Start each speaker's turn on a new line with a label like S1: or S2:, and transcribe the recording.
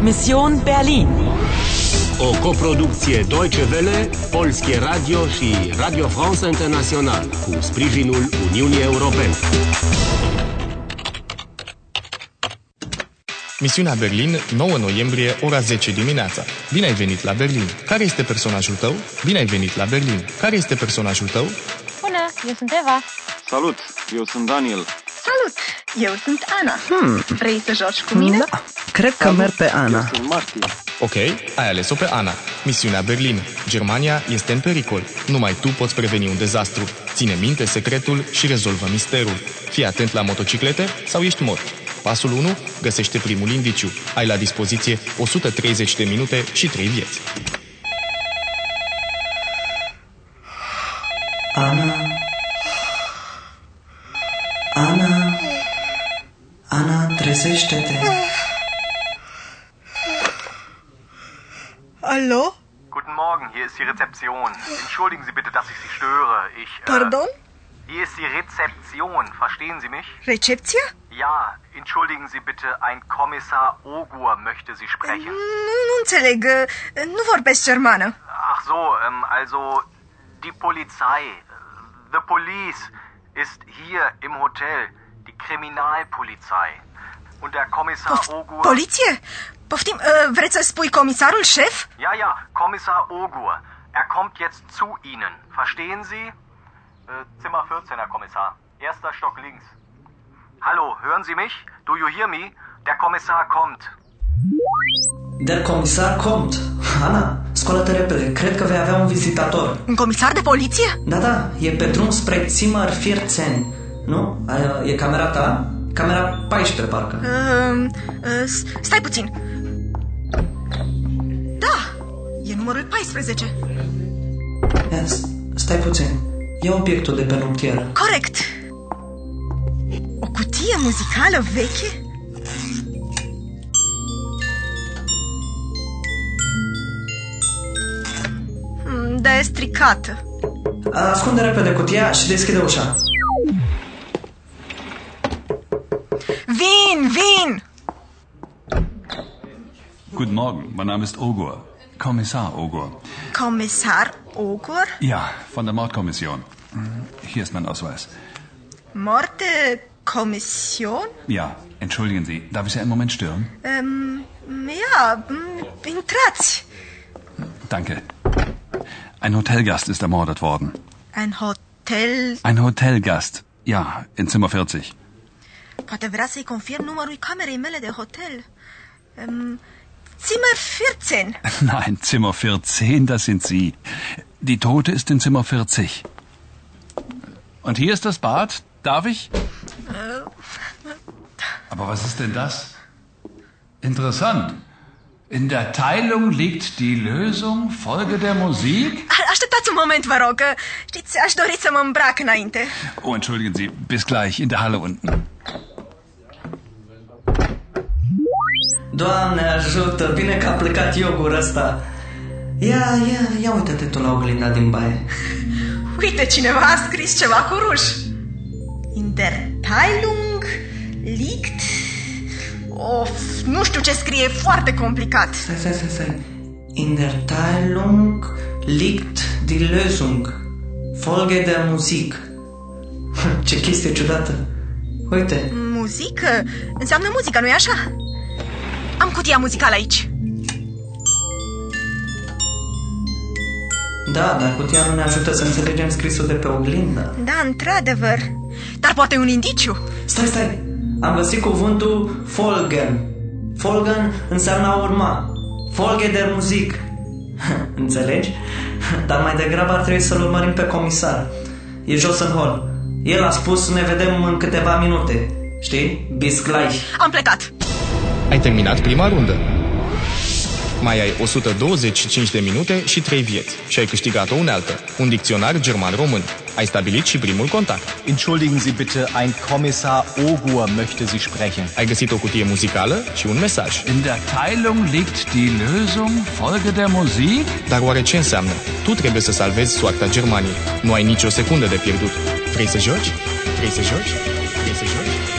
S1: Mission Berlin.
S2: O coproducție Deutsche Welle, Polskie Radio și Radio France International cu sprijinul Uniunii Europene.
S3: Misiunea Berlin, 9 noiembrie, ora 10 dimineața. Bine ai venit la Berlin. Care este personajul tău? Bine ai venit la Berlin. Care este personajul tău?
S4: Bună, eu sunt Eva.
S5: Salut, eu sunt Daniel.
S6: Salut! Eu sunt Ana. Hmm. Vrei să joci cu mine?
S7: Da, cred că merg pe Ana.
S5: Sunt Martin.
S3: Ok, ai ales-o pe Ana. Misiunea Berlin. Germania este în pericol. Numai tu poți preveni un dezastru. Ține minte secretul și rezolvă misterul. Fii atent la motociclete sau ești mort. Pasul 1 găsește primul indiciu. Ai la dispoziție 130 de minute și 3 vieți.
S7: Ana. Ana. Ana, trezește-te.
S8: Hallo?
S9: Guten Morgen, hier ist die Rezeption. Entschuldigen Sie bitte, dass ich Sie störe. Ich. äh,
S8: Pardon?
S9: Hier ist die Rezeption. Verstehen Sie mich?
S8: Rezepția?
S9: Ja, entschuldigen Sie bitte, ein Kommissar Ogur möchte Sie sprechen.
S8: Nu, nu înțeleg, uh, nu vorbesc germană.
S9: Ach so, ähm, also die Polizei, äh, the police, ist hier im Hotel, die Kriminalpolizei. Und der Kommissar
S8: Pof-
S9: Ogur.
S8: poliție? Poftim, uh, vreți să spui comisarul șef?
S9: Ja, ja, Kommissar Ogur. Er kommt jetzt zu Ihnen. Verstehen Sie? Äh, Zimmer 14, Herr Kommissar. Erster Stock links. Hallo, hören Sie mich? Do you hear me? Der Kommissar kommt.
S7: Der comisar Comt. Ana, scoală-te repede. Cred că vei avea un vizitator.
S8: Un comisar de poliție?
S7: Da, da, e pe drum spre Zimmer 14. Nu? Aia E camera ta? Camera 14, parcă.
S8: Uh, uh, s- stai puțin. Da, e numărul 14.
S7: Ia, s- Stai puțin. E obiectul de pe noptier.
S8: Corect. O cutie muzicală veche? Mm, Da, e stricată.
S7: Ascunde repede cutia și deschide ușa.
S8: Vin, vin!
S10: Guten Morgen, mein Name ist Ogur. Kommissar Ogur.
S8: Comisar Ogur?
S10: Ja, von der Mordkommission. Mhm, Hier ist mein Ausweis.
S8: Morte Comision?
S10: Ja, entschuldigen Sie, darf ich Sie einen Moment stören?
S8: Um, ia, mm, intrați!
S10: Danke. Ein Hotelgast ist ermordet worden.
S8: În hotel...
S10: Ein Hotelgast. Ja, in Zimmer 40.
S8: Poate vrea să-i confirm numărul camerei mele de hotel. Um, Zimmer 14.
S10: Nein, Zimmer 14, das sind Sie. Die Tote ist in Zimmer 40. Und hier ist das Bad. Darf ich? Aber was ist denn das? Interessant. In der Teilung liegt die Lösung. Folge der Musik.
S8: A- Așteptați un moment, vă rog, că știți, aș dori să mă îmbrac înainte.
S10: Oh, entschuldigen Sie. Bis gleich in der Halle unten.
S7: Doamne ajută, bine că a plecat iogurul ăsta. Ia, ia, ia uite-te tu la oglinda din baie.
S8: Uite, cineva a scris ceva cu ruș. In der Teilung liegt... Of, nu știu ce scrie, e foarte complicat.
S7: Stai, stai, stai, stai. In der Teilung liegt die Lösung. Folge der Musik. Ce chestie ciudată. Uite,
S8: Muzică? Înseamnă muzică, nu-i așa? Am cutia muzicală aici.
S7: da, dar cutia nu ne ajută să înțelegem scrisul de pe oglindă.
S8: Da, într-adevăr. Dar poate un indiciu?
S7: Stai, stai. Am găsit cuvântul folgen. Folgen înseamnă a urma. Folge der Musik. Înțelegi? Dar mai degrabă ar trebui să-l urmărim pe comisar. E jos în hol. El a spus ne vedem în câteva minute. Știi? Bis gleich.
S8: Am plecat.
S3: Ai terminat prima rundă. Mai ai 125 de minute și 3 vieți și ai câștigat o unealtă, un dicționar german-român. Ai stabilit și primul contact.
S11: Entschuldigen Sie bitte, ein Kommissar Ogur möchte Sie sprechen.
S3: Ai găsit o cutie muzicală și un mesaj.
S10: In der Teilung liegt die Lösung. Folge der Musik.
S3: Dar oare ce înseamnă? Tu trebuie să salvezi soarta Germaniei. Nu ai nicio secundă de pierdut. Vrei să joci? Vrei să joci? Vrei să joci?